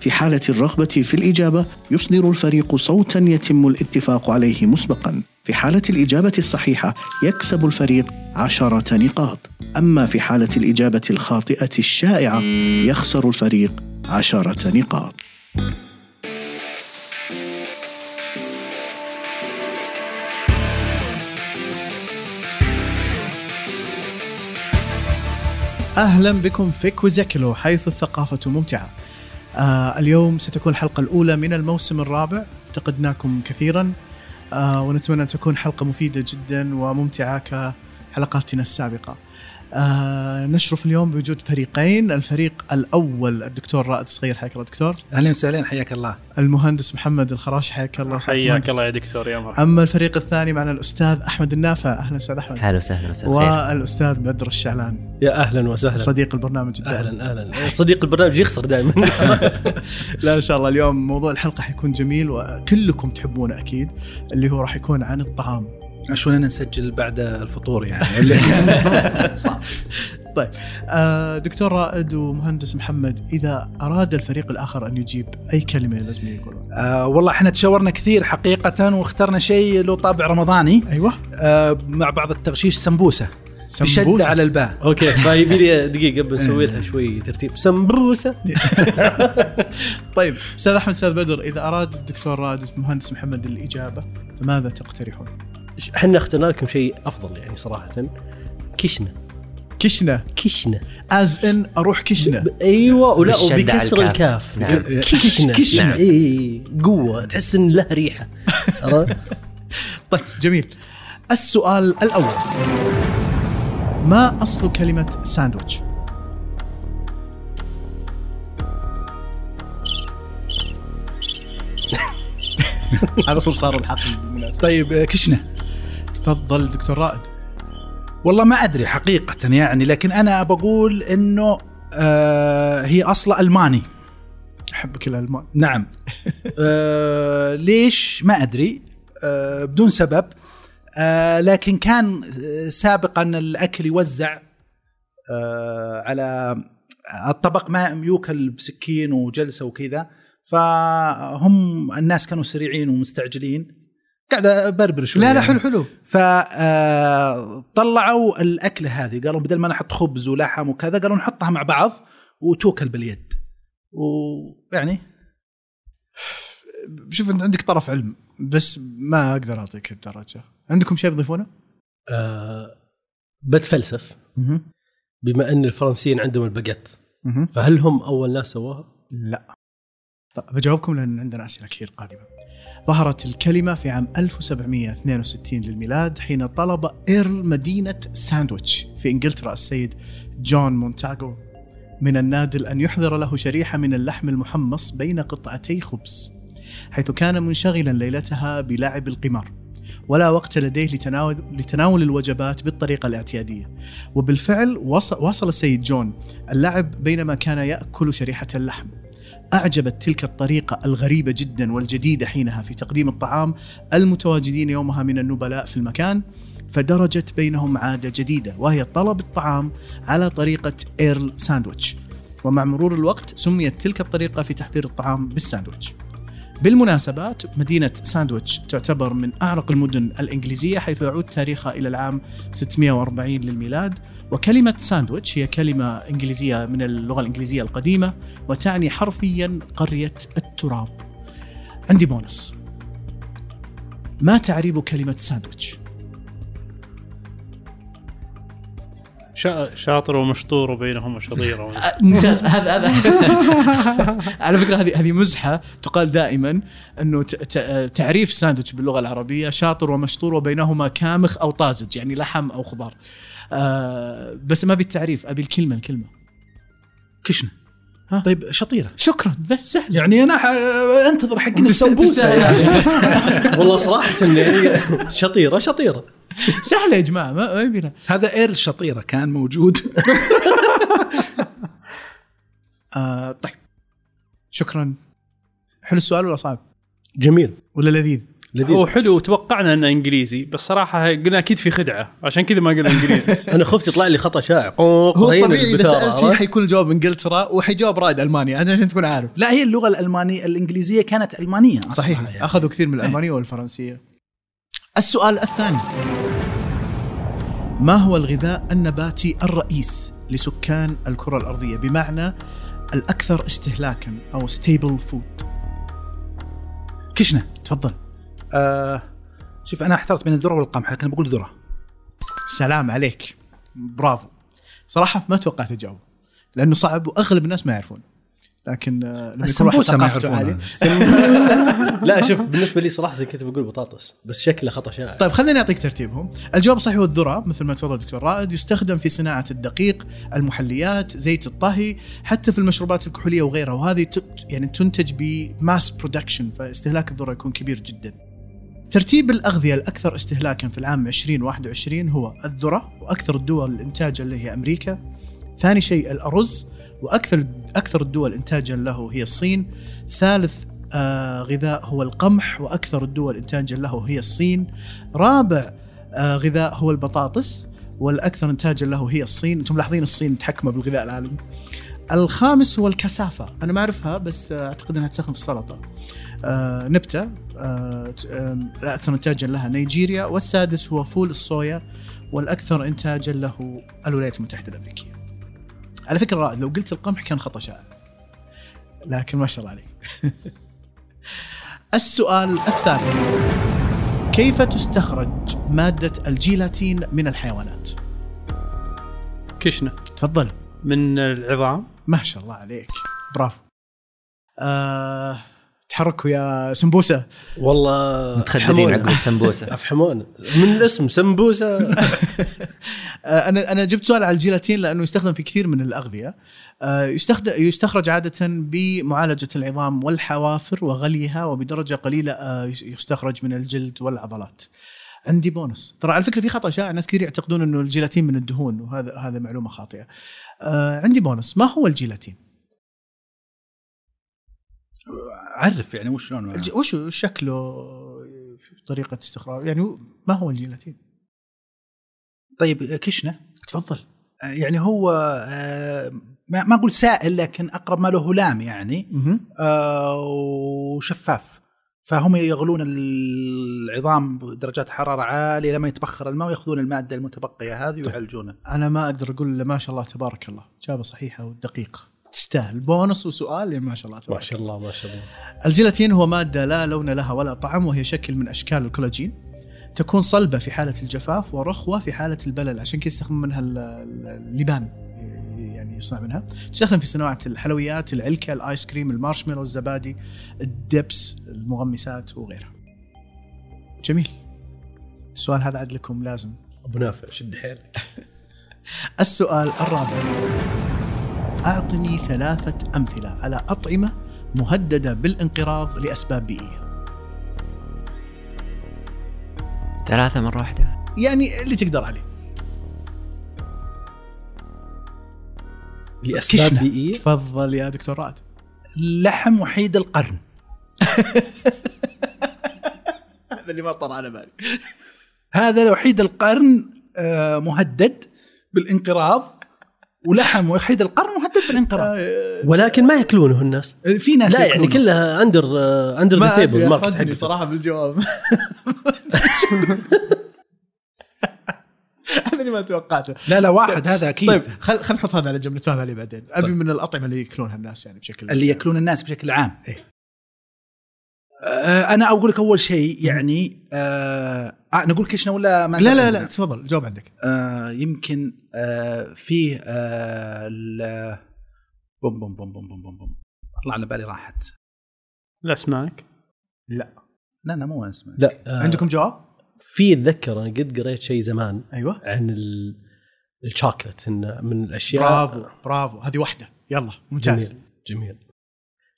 في حالة الرغبة في الإجابة يصدر الفريق صوتا يتم الاتفاق عليه مسبقا في حالة الإجابة الصحيحة يكسب الفريق عشرة نقاط أما في حالة الإجابة الخاطئة الشائعة يخسر الفريق عشرة نقاط أهلا بكم في كوزيكلو حيث الثقافة ممتعة آه اليوم ستكون الحلقة الأولى من الموسم الرابع افتقدناكم كثيرا آه ونتمنى أن تكون حلقة مفيدة جدا وممتعة كحلقاتنا السابقة آه نشرف اليوم بوجود فريقين الفريق الأول الدكتور رائد صغير حياك الله دكتور اهلا وسهلا حياك الله المهندس محمد الخراش حياك الله أستاذ حياك مهندس. الله يا دكتور يا مرحبا أما الفريق الثاني معنا الأستاذ أحمد النافع أهلا أستاذ أحمد هلا وسهلا مساء الخير والأستاذ بدر الشعلان يا اهلا وسهلا صديق البرنامج الدائم اهلا اهلا صديق البرنامج يخسر دائما لا ان شاء الله اليوم موضوع الحلقه حيكون جميل وكلكم تحبونه اكيد اللي هو راح يكون عن الطعام شلون نسجل بعد الفطور يعني صح طيب آه، دكتور رائد ومهندس محمد اذا اراد الفريق الاخر ان يجيب اي كلمه لازم يقولها آه والله احنا تشاورنا كثير حقيقه واخترنا شيء له طابع رمضاني ايوه آه مع بعض التغشيش سمبوسه بشده سمبوسة. على الباء اوكي طيب يبي لي دقيقه قبل إيه. نسوي لها شوي ترتيب سمبروسه طيب استاذ احمد استاذ بدر اذا اراد الدكتور رائد والمهندس محمد الاجابه فماذا تقترحون؟ احنا اخترنا لكم شيء افضل يعني صراحه كشنا كشنا كشنا از ان اروح كشنا ب- ايوه ولا بالشدة على وبكسر الكاف. الكاف إيه، نعم. كشنا كشنا. كشنا اي قوه تحس ان له ريحه عرفت؟ طيب جميل السؤال الاول ما اصل كلمه ساندويتش؟ هذا صوب صار الحق بالمناسبة طيب آه، كشنه تفضل دكتور رائد والله ما ادري حقيقه يعني لكن انا بقول انه آه هي اصلا الماني احبك الالمان نعم آه ليش ما ادري آه بدون سبب آه لكن كان آه، سابقا الاكل يوزع آه على الطبق ما يوكل بسكين وجلسه وكذا فهم الناس كانوا سريعين ومستعجلين قاعد ابربر شوي لا لا يعني. حلو حلو فطلعوا الاكله آه، هذه قالوا بدل ما نحط خبز ولحم وكذا قالوا نحطها مع بعض وتوكل باليد ويعني شوف انت عندك طرف علم بس ما اقدر اعطيك الدرجه عندكم شيء تضيفونه؟ آه، بتفلسف بما ان الفرنسيين عندهم الباجيت مهم. فهل هم اول ناس سووها؟ لا طيب بجاوبكم لان عندنا اسئله كثير قادمه ظهرت الكلمة في عام 1762 للميلاد حين طلب إيرل مدينة ساندويتش في إنجلترا السيد جون مونتاغو من النادل أن يحضر له شريحة من اللحم المحمص بين قطعتي خبز حيث كان منشغلا ليلتها بلعب القمار ولا وقت لديه لتناول, لتناول الوجبات بالطريقة الاعتيادية وبالفعل وصل, واصل السيد جون اللعب بينما كان يأكل شريحة اللحم أعجبت تلك الطريقة الغريبة جدا والجديدة حينها في تقديم الطعام المتواجدين يومها من النبلاء في المكان فدرجت بينهم عادة جديدة وهي طلب الطعام على طريقة إيرل ساندويتش ومع مرور الوقت سميت تلك الطريقة في تحضير الطعام بالساندويتش بالمناسبات مدينة ساندويتش تعتبر من أعرق المدن الإنجليزية حيث يعود تاريخها إلى العام 640 للميلاد وكلمة ساندويتش هي كلمة إنجليزية من اللغة الإنجليزية القديمة وتعني حرفيا قرية التراب. عندي بونس. ما تعريب كلمة ساندويتش؟ شا- شاطر ومشطور وبينهما شظيره آه، ممتاز هذا هذا على فكرة هذه هذه مزحة تقال دائما انه ت- ت- آه، تعريف ساندويتش باللغة العربية شاطر ومشطور وبينهما كامخ او طازج يعني لحم او خضار. آه، بس ما بالتعريف ابي الكلمة الكلمة. كشنه ها. طيب شطيره شكرا بس سهل يعني انا ح... انتظر حق تست- السمبوسه تستاهل. يعني والله صراحه يعني شطيره شطيره سهله يا جماعه ما ما يبينا هذا ايرل شطيره كان موجود آه طيب شكرا حلو السؤال ولا صعب جميل ولا لذيذ هو لذيذ حلو وتوقعنا انه انجليزي بس صراحه قلنا اكيد في خدعه عشان كذا ما قلنا انجليزي انا خفت يطلع لي خطا شائع هو طيب، طبيعي اذا سالت شيء حيكون الجواب انجلترا وحيجاوب رائد المانيا أنا عشان تكون عارف لا هي اللغه الالمانيه الانجليزيه كانت المانيه أصلاً صحيح يعني. اخذوا كثير من الالمانيه والفرنسيه السؤال الثاني ما هو الغذاء النباتي الرئيس لسكان الكره الارضيه بمعنى الاكثر استهلاكا او ستيبل فود كشنه تفضل آه شوف انا احترت بين الذره والقمح لكن بقول ذره سلام عليك برافو صراحه ما توقعت اجاوب لانه صعب واغلب الناس ما يعرفون لكن آه، لما يكون واحد السمبوسه ما ثقافته يعرفونها عاليه لا شوف بالنسبه لي صراحه كنت بقول بطاطس بس شكله خطا شائع طيب خليني اعطيك ترتيبهم الجواب الصحيح هو الذره مثل ما تفضل دكتور رائد يستخدم في صناعه الدقيق المحليات زيت الطهي حتى في المشروبات الكحوليه وغيرها وهذه ت- يعني تنتج بماس برودكشن فاستهلاك الذره يكون كبير جدا ترتيب الأغذية الأكثر استهلاكا في العام 2021 هو الذرة وأكثر الدول الإنتاجا له هي أمريكا ثاني شيء الأرز وأكثر أكثر الدول إنتاجا له هي الصين ثالث آه غذاء هو القمح وأكثر الدول إنتاجا له هي الصين رابع آه غذاء هو البطاطس والأكثر إنتاجا له هي الصين أنتم ملاحظين الصين متحكمة بالغذاء العالمي الخامس هو الكثافة أنا ما أعرفها بس آه، أعتقد أنها تستخدم في السلطة آه، نبتة آه، ت- آم، الأكثر إنتاجا لها نيجيريا والسادس هو فول الصويا والأكثر إنتاجا له الولايات المتحدة الأمريكية على فكرة رائد لو قلت القمح كان خطأ شائع لكن ما شاء الله عليك السؤال الثالث كيف تستخرج مادة الجيلاتين من الحيوانات؟ كشنه تفضل من العظام ما شاء الله عليك برافو آه، تحركوا يا سمبوسه والله متخدرين عقب السمبوسه افحمون من الاسم سمبوسه آه، انا انا جبت سؤال على الجيلاتين لانه يستخدم في كثير من الاغذيه آه، يستخدم يستخرج عاده بمعالجه العظام والحوافر وغليها وبدرجه قليله آه، يستخرج من الجلد والعضلات عندي بونس ترى على فكره في خطا شائع ناس كثير يعتقدون انه الجيلاتين من الدهون وهذا هذا معلومه خاطئه آه، عندي بونس ما هو الجيلاتين عرف يعني وش لونه الج- وش وش شكله طريقه استخراج يعني ما هو الجيلاتين طيب كشنه تفضل آه، يعني هو آه، ما ما اقول سائل لكن اقرب ما له هلام يعني مهم. آه، وشفاف فهم يغلون العظام بدرجات حراره عاليه لما يتبخر الماء وياخذون الماده المتبقيه طيب. هذه ويعالجونها انا ما اقدر اقول الا ما شاء الله تبارك الله اجابه صحيحه ودقيقه تستاهل بونص وسؤال يا ما شاء الله ما تبارك شاء الله ما شاء الله الجيلاتين هو ماده لا لون لها ولا طعم وهي شكل من اشكال الكولاجين تكون صلبه في حاله الجفاف ورخوه في حاله البلل عشان كذا يستخدم منها ال- ال- اللبان يعني يصنع منها تستخدم في صناعه الحلويات العلكه الايس كريم المارشميلو الزبادي الدبس المغمسات وغيرها جميل السؤال هذا عاد لكم لازم ابو نافع شد حيلك السؤال الرابع أعطني ثلاثة أمثلة على أطعمة مهددة بالانقراض لأسباب بيئية ثلاثه مره واحده يعني اللي تقدر عليه لاسباب كشنة. بيئيه تفضل يا دكتور رائد لحم وحيد القرن هذا اللي ما طر على بالي هذا وحيد القرن آه، مهدد بالانقراض ولحم وحيد القرن مهدد بالانقراض ولكن ما ياكلونه الناس آه، في ناس لا يعني يأكلونه. كلها آه، اندر اندر ذا ما أدري، تيبل ماركت أخذني حقته صراحة بالجواب هذا اللي ما توقعته لا لا واحد هذا اكيد طيب طيب. خل خل نحط هذا على جنب نتفاهم عليه بعدين ابي من الاطعمه اللي ياكلونها الناس يعني بشكل اللي ياكلون الناس بشكل عام إيه. آه، انا اقول لك اول شيء يعني آه آه، نقول كشنا ولا ما لا لا نسأل؟ لا تفضل الجواب عندك آه يمكن آه فيه آه ال- بوم بوم بوم بوم بوم بوم بوم طلع على بالي راحت الاسماك لا لا مو اسمه لا عندكم عندكم جواب؟ في اتذكر انا قد قريت شيء زمان ايوه عن ال- الشوكلت إنه من الاشياء برافو برافو هذه واحده يلا ممتاز جميل. جميل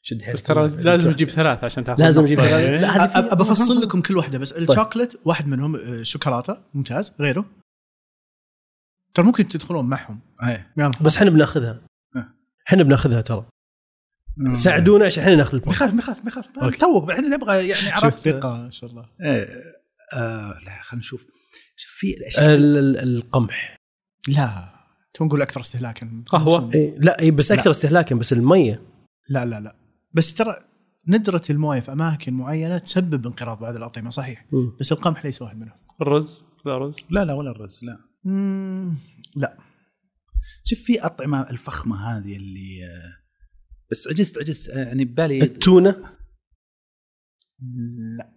شد حيلك بس ترى في لازم الجوع. تجيب ثلاث عشان تاخذ لازم نقطة. اجيب إيه. ثلاثة. لا، هذه في- بفصل لكم كل واحده بس الشوكلت واحد منهم آه، شوكولاته ممتاز غيره ترى ممكن تدخلون معهم إيه. يلا. بس احنا بناخذها آه. احنا بناخذها ترى مم. ساعدونا عشان احنا ناخذ ما البوينت يخاف ما يخاف ما يخاف أوكي. توك احنا نبغى يعني شوف عرفت ثقه ان شاء الله إيه. آه لا خلينا نشوف شوف في الاشياء ال- ال- القمح لا تو آه، نقول يعني اكثر استهلاكا قهوة. إيه، لا إيه، بس اكثر استهلاكا بس الميه لا لا لا بس ترى ندرة المويه في اماكن معينه تسبب انقراض بعض الاطعمه صحيح مم. بس القمح ليس واحد منهم الرز لا رز لا لا ولا الرز لا مم، لا شوف في اطعمه الفخمه هذه اللي آه، بس عجزت عجزت آه، يعني ببالي التونه لا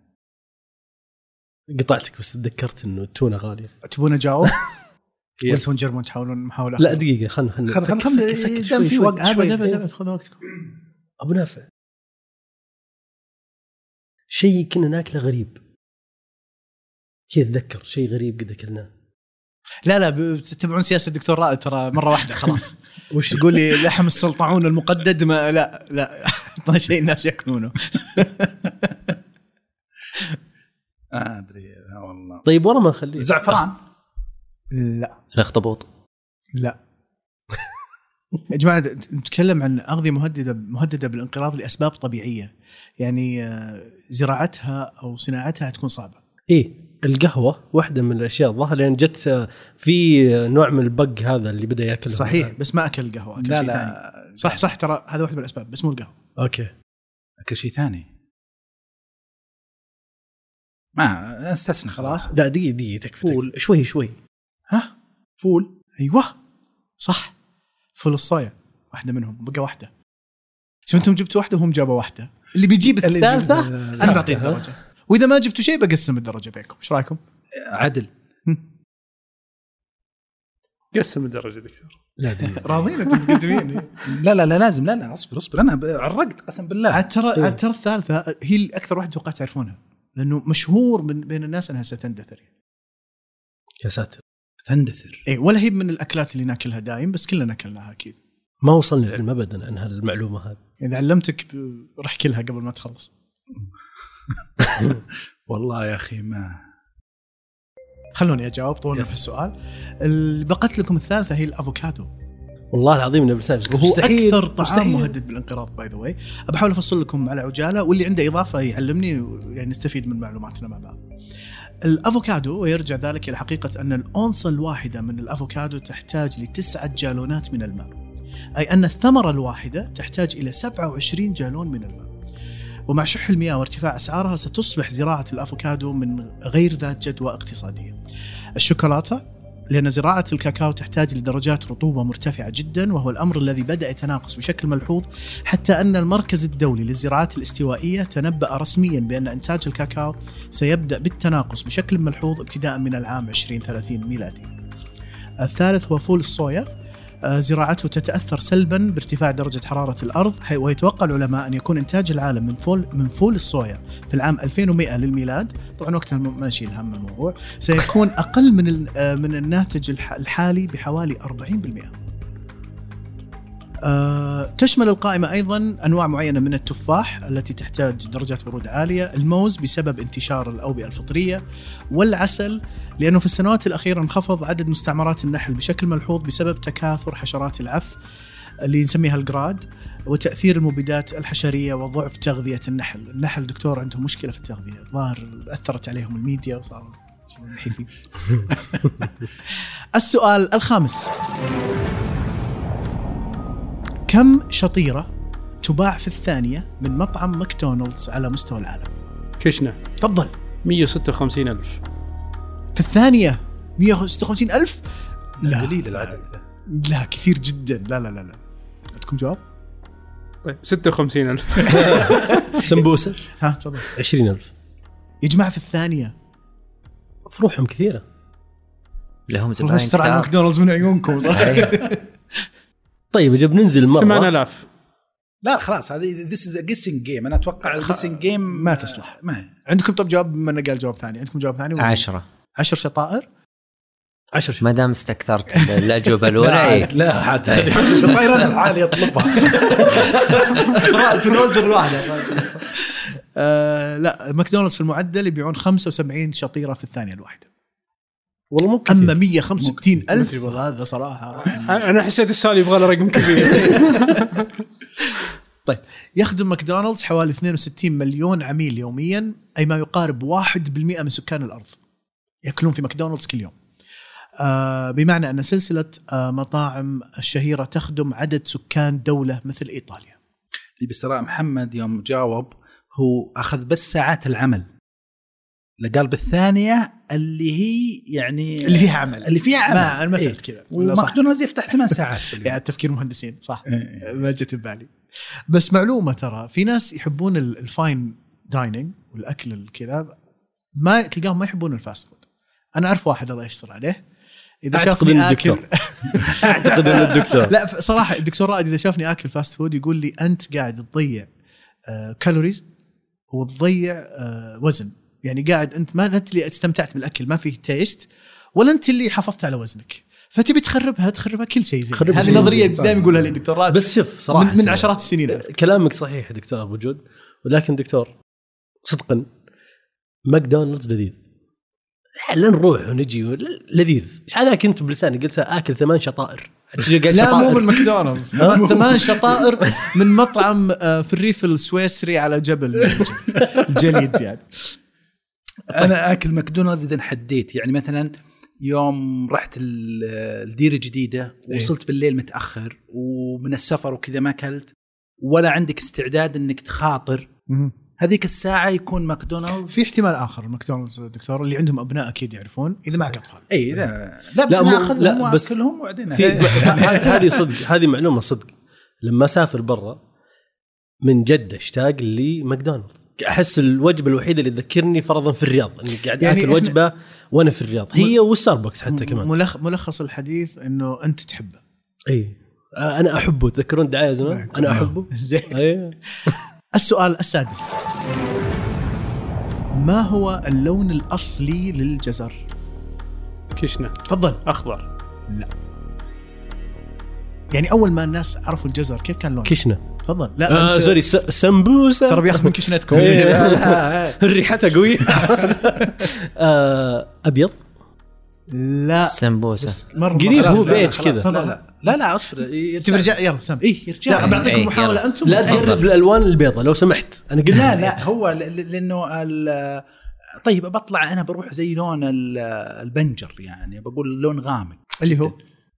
قطعتك بس تذكرت انه التونه غاليه تبون اجاوب يلا. ولا تبون تجربون تحاولون محاوله لا دقيقه خلنا خل- خل- خل- خلنا إيه، دام في وقت شوي. ابد ابد ابد خذوا وقتكم ابو نافع شيء كنا ناكله غريب كذا اتذكر شيء غريب قد اكلناه لا لا ب- تتبعون سياسه الدكتور رائد ترى مره واحده خلاص وش تقول لي لحم السلطعون المقدد ما لا لا شيء الناس ياكلونه آه، ادري آه، والله طيب ورا ما نخليه الزعفران لا الاخطبوط لا يا جماعه نتكلم عن اغذيه مهدده مهدده بالانقراض لاسباب طبيعيه يعني آه، زراعتها او صناعتها تكون صعبه ايه القهوه واحده من الاشياء الظاهر لان جت آه، في آه، نوع من البق هذا اللي بدا ياكله صحيح بس ما اكل القهوه اكل لا شيء ثاني لا صح صح ترى هذا واحد من الاسباب بس مو القهوه اوكي اكل شيء ثاني ما استسنى خلاص. صراحة. لا دقيقه دقيقه تكفي فول شوي شوي ها فول ايوه صح فول الصويا واحده منهم بقى واحده شوف انتم جبتوا واحده وهم جابوا واحده اللي بيجيب الثالثه انا بعطيه الدرجه واذا ما جبتوا شيء بقسم الدرجه بينكم ايش رايكم عدل قسم الدرجه دكتور لا دقيقه راضين انتم متقدمين لا لا لا لازم لا لا اصبر اصبر انا ب- عرقت قسم بالله عاد ترى عاد ترى الثالثه هي الاكثر واحده توقعت تعرفونها لانه مشهور من بين الناس انها ستندثر يعني. يا ساتر تندثر اي ولا هي من الاكلات اللي ناكلها دايم بس كلنا اكلناها اكيد ما وصلني العلم ابدا عن هالمعلومه هذه اذا علمتك ب- راح كلها قبل ما تخلص والله يا اخي ما خلوني اجاوب طولنا Yes. في السؤال اللي بقت لكم الثالثه هي الافوكادو والله العظيم انه بلسان وهو اكثر طعام مهدد بالانقراض باي ذا واي بحاول افصل لكم على عجاله واللي عنده اضافه يعلمني و- يعني نستفيد من معلوماتنا مع بعض الافوكادو ويرجع ذلك الى حقيقه ان الاونصه الواحده من الافوكادو تحتاج لتسعة جالونات من الماء اي ان الثمره الواحده تحتاج الى 27 جالون من الماء ومع شح المياه وارتفاع اسعارها ستصبح زراعه الافوكادو من غير ذات جدوى اقتصاديه الشوكولاته لأن زراعة الكاكاو تحتاج لدرجات رطوبة مرتفعة جدا وهو الأمر الذي بدأ يتناقص بشكل ملحوظ حتى أن المركز الدولي للزراعات الاستوائية تنبأ رسميا بأن إنتاج الكاكاو سيبدأ بالتناقص بشكل ملحوظ ابتداء من العام 2030 ميلادي الثالث هو فول الصويا آه، زراعته تتأثر سلبا بارتفاع درجة حرارة الأرض حي- ويتوقع العلماء أن يكون إنتاج العالم من فول من فول الصويا في العام 2100 للميلاد طبعا وقتها ما ما نشيل هم الموضوع سيكون اقل من ال- آه، من الناتج الح- الحالي بحوالي 40%. آه، تشمل القائمة أيضا أنواع معينة من التفاح التي تحتاج درجات برود عالية الموز بسبب انتشار الأوبئة الفطرية والعسل لأنه في السنوات الأخيرة انخفض عدد مستعمرات النحل بشكل ملحوظ بسبب تكاثر حشرات العف اللي نسميها الجراد وتأثير المبيدات الحشرية وضعف تغذية النحل النحل دكتور عندهم مشكلة في التغذية الظاهر أثرت عليهم الميديا وصاروا نحيفين. السؤال الخامس كم شطيرة تباع في الثانية من مطعم ماكدونالدز على مستوى العالم؟ كشنا تفضل 156 ألف في الثانية 156 ألف؟ لا قليل العدد لا كثير جدا لا لا لا لا عندكم جواب؟ طيب 56 ألف سمبوسه ها تفضل 20000 يا جماعة في الثانية فروحهم كثيره لهم والله زباين استر على كثار. ماكدونالدز من عيونكم صراحة أيوة. طيب اجب ننزل مره 8000 لا خلاص هذه ذيس از جيسنج جيم انا اتوقع الجيسنج جيم ما تصلح. ما هي. عندكم طب جواب من قال جواب ثاني عندكم جواب ثاني؟ عشرة عشر شطائر 10 شهور ما دام استكثرت بالاجوبه الاولى إيه. لا عاد هذه الطيران العالي يطلبها في الاوردر الواحده آه لا ماكدونالدز في المعدل يبيعون 75 شطيره في الثانيه الواحده والله مو كثير. اما 165 الف هذا صراحه رقم. انا حسيت السؤال يبغى له رقم كبير يخدم ماكدونالدز حوالي 62 مليون عميل يوميا اي ما يقارب 1% من سكان الارض ياكلون في ماكدونالدز كل يوم آه بمعنى ان سلسله آه مطاعم الشهيره تخدم عدد سكان دوله مثل ايطاليا اللي بسراء محمد يوم جاوب هو اخذ بس ساعات العمل لا قال بالثانيه اللي هي يعني اللي فيها عمل اللي فيها عمل إيه. ما انا ما سالت كذا ولا صح؟ وماكدونالدز يفتح ثمان ساعات في اليوم. يعني تفكير مهندسين صح إيه. ما جت ببالي بس معلومه ترى في ناس يحبون ال- الفاين دايننج والاكل الكذا ما تلقاهم ما يحبون الفاست فود انا اعرف واحد الله يستر عليه اذا أعتقد شافني إنه اكل دكتور. اعتقد ان الدكتور لا ف- صراحه الدكتور رائد اذا شافني اكل فاست فود يقول لي انت قاعد تضيع آه، كالوريز وتضيع آه، وزن يعني قاعد انت ما انت اللي استمتعت بالاكل ما فيه تيست ولا انت اللي حفظت على وزنك فتبي تخربها تخربها كل شيء زين تخربها هذه كل شيء نظريه زين. دائما يقولها لي الدكتور رائد بس شوف يعني صراحه من, من عشرات السنين كلامك صحيح دكتور ابو جود ولكن دكتور صدقا ماكدونالدز لذيذ لا نروح ونجي ول- لذيذ ايش هذا كنت بلساني قلت اكل ثمان شطائر تجي قال لا شطائر. مو من ماكدونالدز ها؟ ثمان شطائر من مطعم آه، في الريف السويسري على جبل الجليد يعني انا اكل ماكدونالدز اذا حديت يعني مثلا يوم رحت ال- الديره الجديده ووصلت بالليل متاخر ومن السفر وكذا ما اكلت ولا عندك استعداد انك تخاطر هذيك الساعه يكون ماكدونالدز في احتمال اخر ماكدونالدز دكتور اللي عندهم ابناء اكيد يعرفون اذا معك اطفال اي لا لا بس لا، لا مو- انا اخذهم لا، بس واكلهم وبعدين في ه- هذه صدق هذه معلومه صدق لما اسافر برا من جد اشتاق لماكدونالدز احس الوجبه الوحيده اللي تذكرني فرضا في الرياض اني قاعد يعني اكل إحنا- وجبه وانا في الرياض هي والستاربكس حتى كمان ملخ ملخص الحديث انه انت تحبه اي آه، انا احبه تذكرون دعايه زمان نعم. انا احبه زين اي السؤال السادس ما هو اللون الاصلي للجزر؟ كشنا تفضل اخضر يعني اول ما الناس عرفوا الجزر كيف كان لونه؟ كشنا تفضل لا آه أنت- سوري س- سمبوسه ترى بياخذ من كشنتكم إيه. ريحتها قويه آه، ابيض لا السمبوسه بس مرة قريب خلاص، هو لا، لا، بيج خلاص، كذا. تفضل. لا لا لا لا اصبر تبي رجع يلا سام اي لا يرجع بعطيكم إيه، محاولة يلا. انتم لا تفضل. تقرب الالوان البيضاء لو سمحت انا قلت لا لا هو ل- ل- لانه ال- طيب بطلع انا بروح زي لون ال- البنجر يعني بقول لون غامق اللي هو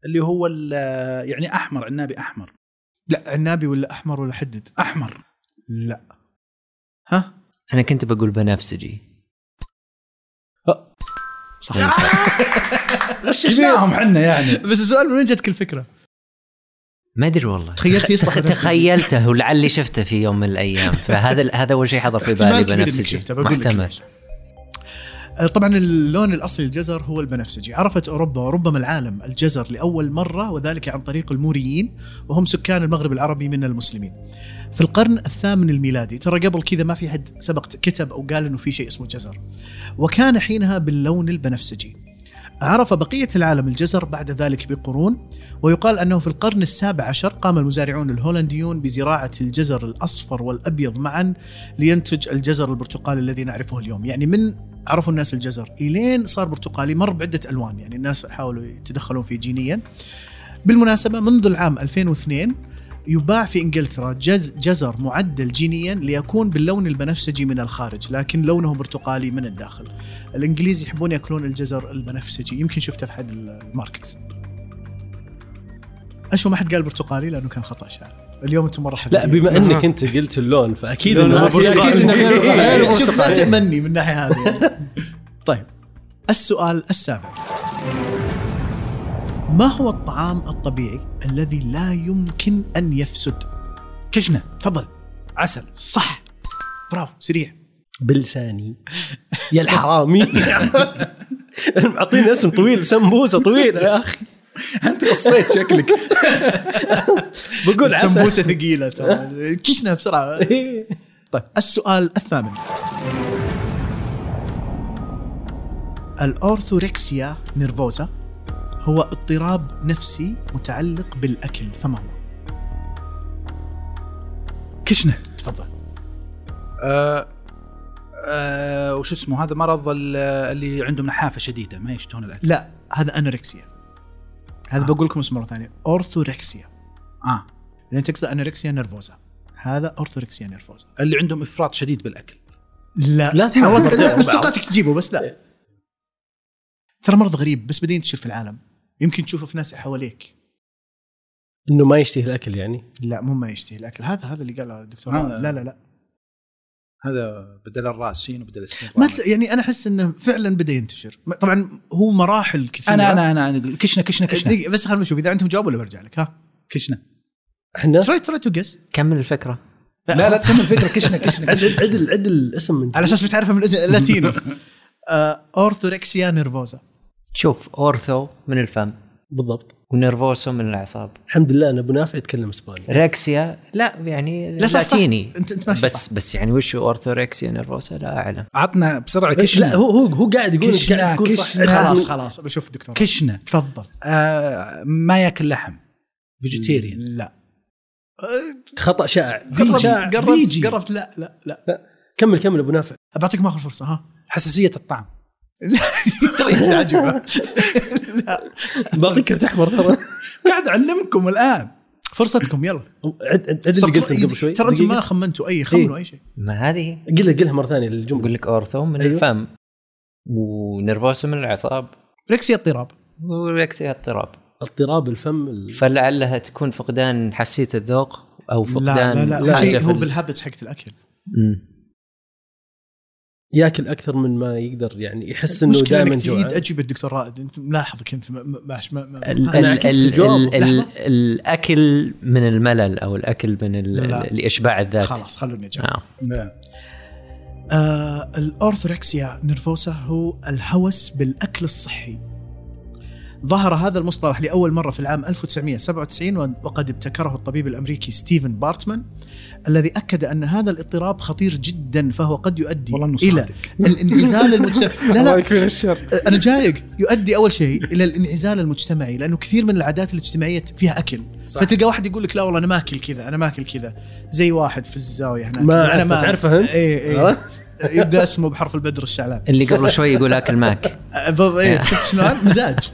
اللي هو ال- يعني احمر عنابي احمر لا عنابي ولا احمر ولا حدد احمر لا ها انا كنت بقول بنفسجي صح غششناهم حنا يعني بس السؤال من وين جتك الفكره؟ ما ادري والله تخيلت يصلح تخ- بنفسجي. تخيلته ولعلي شفته في يوم من الايام فهذا هذا اول شيء حضر في بالي احتمال كبير انك بنفسجي شفته بقول لك محتمل ليش. آه، طبعا اللون الاصلي للجزر هو البنفسجي، عرفت اوروبا وربما العالم الجزر لاول مره وذلك عن طريق الموريين وهم سكان المغرب العربي من المسلمين. في القرن الثامن الميلادي، ترى قبل كذا ما في حد سبق كتب او قال انه في شيء اسمه جزر. وكان حينها باللون البنفسجي. عرف بقية العالم الجزر بعد ذلك بقرون ويقال أنه في القرن السابع عشر قام المزارعون الهولنديون بزراعة الجزر الأصفر والأبيض معا لينتج الجزر البرتقالي الذي نعرفه اليوم يعني من عرفوا الناس الجزر إلين صار برتقالي مر بعدة ألوان يعني الناس حاولوا يتدخلون فيه جينيا بالمناسبة منذ العام 2002 يباع في انجلترا جز جزر معدل جينيا ليكون باللون البنفسجي من الخارج لكن لونه برتقالي من الداخل الانجليز يحبون ياكلون الجزر البنفسجي يمكن شفته في احد الماركت اشوف ما حد قال برتقالي لانه كان خطا شعر اليوم انتم مره لا حلوين. بما انك انت قلت اللون فاكيد لون انه أبيض. برتقالي. أكيد إنه غير برتقالي. إيه. لا، شوف ما تأمني من الناحيه هذه يعني. طيب السؤال السابع ما هو الطعام الطبيعي الذي لا يمكن ان يفسد؟ كشنه تفضل عسل صح برافو سريع بلساني يا الحرامي معطينا اسم طويل سمبوسه طويله يا اخي انت قصيت شكلك بقول عسل السمبوسه ثقيله ترى كشنا بسرعه إيه. طيب السؤال الثامن الأورثوركسيا نيرفوزا هو اضطراب نفسي متعلق بالاكل فما هو؟ كشنه تفضل آه آه وش اسمه هذا مرض ال- اللي عندهم نحافه شديده ما يشتهون الاكل لا هذا انوركسيا هذا آه. بقول لكم اسمه مره ثانيه اورثوركسيا اه لان تقصد انوركسيا نرفوزا هذا اورثوركسيا نرفوزا اللي عندهم افراط شديد بالاكل لا لا تحاول حاولت ترجعهم بعض. استطعتك تجيبه بس لا ترى مرض غريب بس بعدين تشوف في العالم يمكن تشوفه في ناس حواليك انه ما يشتهي الاكل يعني لا مو ما يشتهي الاكل هذا هذا اللي قاله الدكتور هذا- رائد. لا لا لا هذا بدل الراس شين وبدل السين ما تل... يعني انا احس انه فعلا بدا ينتشر ما- طبعا هو مراحل كثيره انا انا انا أنا- كشنا كشنا كشنا دقيقة، بس خلنا نشوف اذا عندهم جواب ولا برجع لك ها كشنا احنا تراي تراي تو جس كمل الفكره لا لا تسمى الفكره كشنا كشنا عد عد عد الاسم من على اساس بتعرفها من الاسم اللاتينو آه، اورثوركسيا نيرفوزا شوف اورثو من الفم بالضبط ونيرفوسو من الاعصاب الحمد لله ان ابو نافع يتكلم اسباني ركسيا لا يعني لا صح صح لاتيني انت انت ماشي صح. بس بس يعني وش اورثوركسيا نيرفوسا لا اعلم عطنا بسرعه لا كشنا هو هو هو قاعد يقول كشنا- قاعد تقول صح. كشنا. خلاص خلاص بشوف الدكتور كشنا تفضل آه ما ياكل لحم فيجيتيريان لا خطا شائع خطأ قربت شائع. قربت فيجي. قربت لا لا لا كمل كمل ابو نافع بعطيك ما اخر فرصه ها حساسيه الطعم ترى يجزع عجوبة. لا بعطيك كرت احمر ترى قاعد اعلمكم الان فرصتكم يلا عد عد عد اللي قلته قبل شوي ترى انتم ما دقيقة. خمنتوا اي خمنوا اي شيء ما هذه قلها قلها مره ثانيه الجمله يقول لك اورثو من أيوه. الفم ونيرفوسو من الاعصاب ركسيا اضطراب وركسيا اضطراب اضطراب الفم ال- فلعلها تكون فقدان حساسيه الذوق او لا فقدان لا لا, حاجة شيء في هو ال- بالهابتس حقت الاكل مم. ياكل اكثر من ما يقدر يعني يحس انه المشكله دائما انك تعيد جوعان اجوبه الدكتور رائد انت ملاحظك انت ما- ما- ماشي ما, ما, ال- ما أنا ال- عكست ال- الجواب. ال- ال- الاكل من الملل او الاكل من ال- لا. الاشباع الذاتي خلاص خلونا نجاوب آه. نعم. آه الأورثوركسيا نيرفوسا هو الهوس بالأكل الصحي ظهر هذا المصطلح لأول مرة في العام 1997 وقد ابتكره الطبيب الأمريكي ستيفن بارتمان الذي أكد أن هذا الاضطراب خطير جدا فهو قد يؤدي والله انه إلى صادق الانعزال المجتمعي لا الله لا يكفينا الشر انا جايق يؤدي اول شيء الى الانعزال المجتمعي لانه كثير من العادات الاجتماعيه فيها اكل صح. فتلقى واحد يقول لك لا والله انا ما اكل كذا انا ما اكل كذا زي واحد في الزاويه هناك ما انا أعرفه، تعرفه أنت؟ اي اي يبدا إيه، اسمه بحرف البدر الشعلان اللي قبل شوي يقول اكل ماك بالضبط إيه، شفت شلون مزاج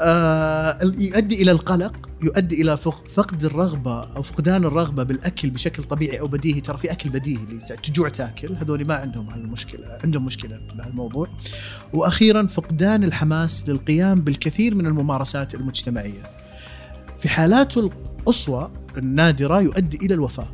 آه، يؤدي الى القلق يؤدي الى فق- فقد الرغبه او فقدان الرغبه بالاكل بشكل طبيعي او بديهي ترى في اكل بديهي اللي تجوع تاكل هذول ما عندهم هالمشكله عندهم مشكله بهالموضوع واخيرا فقدان الحماس للقيام بالكثير من الممارسات المجتمعيه في حالاته القصوى النادره يؤدي الى الوفاه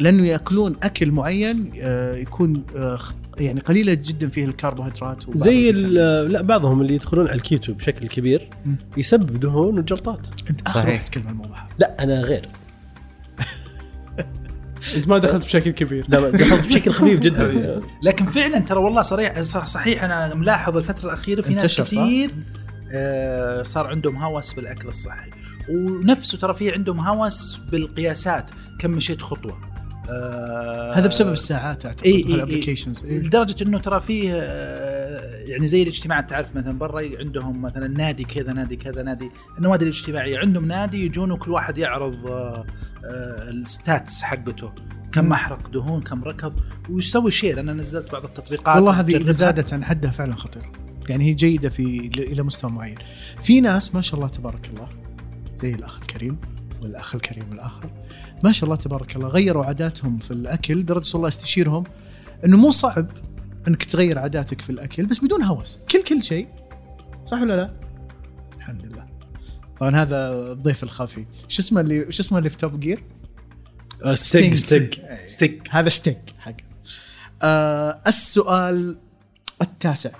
لانه ياكلون اكل معين آه، يكون آه، خ- يعني قليله جدا فيه الكربوهيدرات وبعض زي الفيتامينات. ال- لا بعضهم اللي يدخلون على الكيتو بشكل كبير مم. يسبب دهون وجلطات انت اخر صحيح. واحد تكلم عن الموضوع هذا لا انا غير انت ما دخلت بشكل كبير لا دخلت بشكل خفيف جدا لكن فعلا ترى والله صريح صح صحيح انا ملاحظ الفتره الاخيره في ناس انتشر، صح؟ كثير آه، صار عندهم هوس بالاكل الصحي ونفسه ترى في عندهم هوس بالقياسات كم مشيت خطوه آه، هذا بسبب الساعات اعتقد إي- إي- والابلكيشنز إيه. إي. لدرجه انه ترى فيه آه، يعني زي الاجتماعات تعرف مثلا برا عندهم مثلا نادي كذا نادي كذا نادي النوادي الاجتماعيه عندهم نادي يجون وكل واحد يعرض آه، آه، الستاتس حقته كم احرق دهون كم ركض ويسوي شير انا نزلت بعض التطبيقات والله هذه اذا وجربها. زادت عن حدها فعلا خطيره يعني هي جيده في ل- الى مستوى معين في ناس ما شاء الله تبارك الله زي الاخ الكريم والاخ الكريم الاخر ما شاء الله تبارك الله غيروا عاداتهم في الاكل لدرجه والله استشيرهم انه مو صعب انك تغير عاداتك في الاكل بس بدون هوس كل كل شيء صح ولا لا؟ الحمد لله طبعا هذا الضيف الخفي شو اسمه اللي شو اسمه اللي في توب جير؟ ستيك ستيك ستيك إيه. هذا ستيك حق آه السؤال التاسع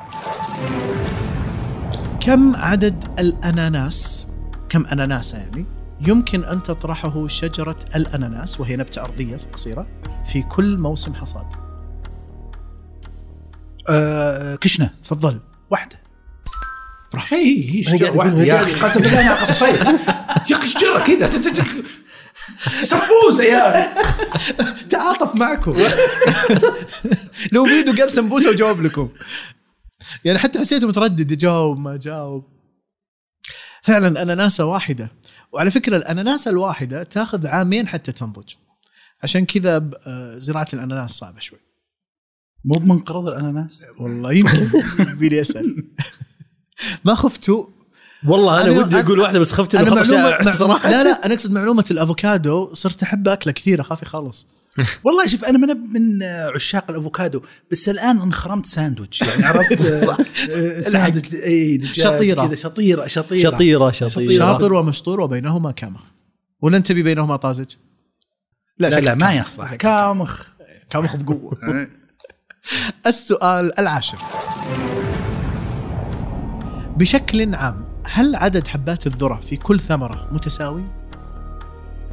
كم عدد الاناناس كم اناناسه يعني يمكن ان تطرحه شجره الاناناس وهي نبته ارضيه قصيره في كل موسم حصاد آه، كشنه تفضل واحده أنا هي هي قاعد شجره أقول واحده هي يا قاعد اخي أقول. قسم بالله انا قصيت يا اخي شجره كذا سبوزه يا اخي تعاطف معكم لو فيديو جاب سمبوسه وجاوب لكم يعني حتى حسيته متردد يجاوب ما جاوب فعلا اناناسه واحده وعلى فكره الاناناسه الواحده تاخذ عامين حتى تنضج عشان كذا ب- آه، زراعه الاناناس صعبه شوي مو بمنقرض الاناناس والله يمكن بيلي اسال ما خفتوا والله انا أنا- ودي اقول أنا- واحده بس خفت انا انه خلاص معلومه مع- صراحه لا لا انا اقصد معلومه الافوكادو صرت احب اكله كثير اخاف يخلص والله شوف انا من من عشاق الافوكادو بس الان انخرمت ساندويتش يعني عرفت صح ساندويتش اي دجاج شطيرة. كذا شطيره طيب. شطيره شطيره شطيره شاطر ومشطور وبينهما كامخ ولا انت تبي بينهما طازج؟ لا لا شكلك ما كامخ. يصلح إيه. كامخ كامخ بقوه السؤال العاشر بشكل عام هل عدد حبات الذره في كل ثمره متساوي؟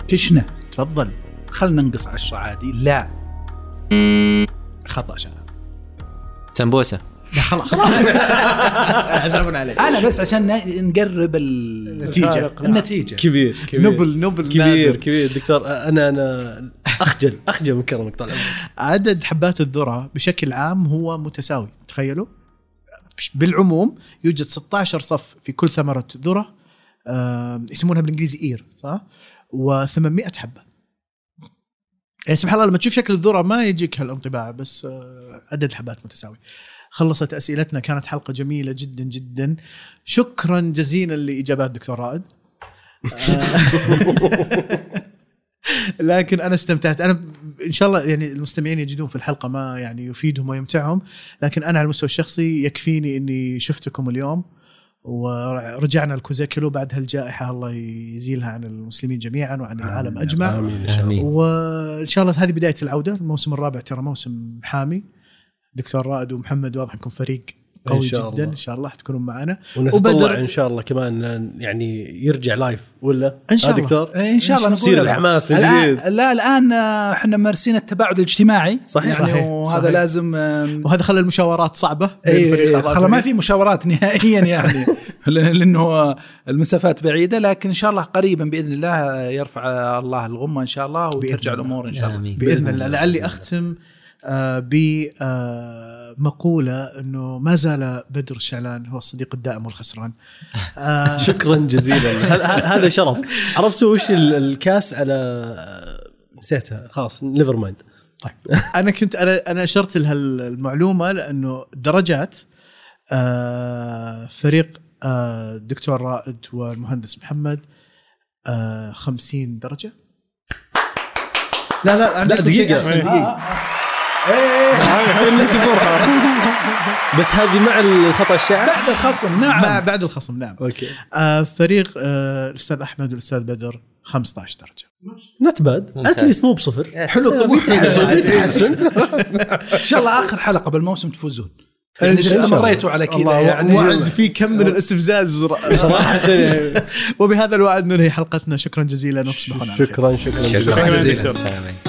كشنه تفضل خلنا ننقص 10 عادي لا خطا شباب سمبوسه لا خلاص حسابنا عليك انا بس عشان ن- نقرب ال- نتيجة. النتيجه كبير كبير نبل نبل كبير نادر. كبير دكتور انا انا اخجل اخجل من كرمك طال عمرك عدد حبات الذره بشكل عام هو متساوي تخيلوا بالعموم يوجد 16 صف في كل ثمره ذره آم، يسمونها بالانجليزي اير صح؟ و800 حبه يعني سبحان الله لما تشوف شكل الذره ما يجيك هالانطباع بس آه، عدد الحبات متساوي خلصت اسئلتنا كانت حلقه جميله جدا جدا شكرا جزيلا لاجابات دكتور رائد آه، لكن انا استمتعت انا ب- ان شاء الله يعني المستمعين يجدون في الحلقه ما يعني يفيدهم ويمتعهم لكن انا على المستوى الشخصي يكفيني اني شفتكم اليوم ورجعنا الكوزاكلو بعد هالجائحه الله يزيلها عن المسلمين جميعا وعن العالم اجمع امين ان شاء الله امين وان شاء الله هذه بدايه العوده الموسم الرابع ترى موسم حامي دكتور رائد ومحمد واضح انكم فريق قوي إن شاء جدا الله. ان شاء الله حتكونوا معنا وبدر- ونتطلع ان شاء الله كمان يعني يرجع لايف ولا إن شاء ها الله. دكتور ان شاء الله يصير نقول الحماس من جديد الان لا الان آه، احنا مارسين التباعد الاجتماعي صحيح. يعني صحيح. وهذا صحيح. لازم آم، وهذا خلى المشاورات صعبه بين فريق يعني. اي هذا خلاص إيه، ما والفريق. في مشاورات نهائيا يعني لأن- لانه المسافات بعيده لكن ان شاء الله قريبا باذن الله يرفع الله الغمه ان شاء الله بإذن وترجع الله. الامور ان شاء الله آمين. باذن الله لعلي اختم آه، بمقوله انه ما زال بدر الشعلان هو الصديق الدائم والخسران آه، شكرا جزيلا هذا- هذا شرف عرفتوا وش ال- الكاس على نسيتها خلاص نيفر مايند انا كنت انا انا اشرت لهالمعلومه لانه درجات آه، فريق آه، الدكتور رائد والمهندس محمد آه، 50 درجه لا لا إيه. عندكم شيء دقيقة. إيه. أحسن، دقيقه إيه. بس هذه مع الخطا الشائع بعد الخصم مع نعم بعد الخصم نعم اوكي آه، فريق آه، الاستاذ احمد والاستاذ بدر 15 درجه نوت باد ممتاز. اتليست مو بصفر حلو تحسن ان شاء الله اخر حلقه بالموسم تفوزون يعني إذا شاء الله. استمريتوا على كذا والله يعني وعد في كم من الاستفزاز صراحه وبهذا الوعد ننهي حلقتنا شكرا جزيلا وتصبحون على خير شكرا شكرا شكرا شكرا جزيلا. سلام عليكم.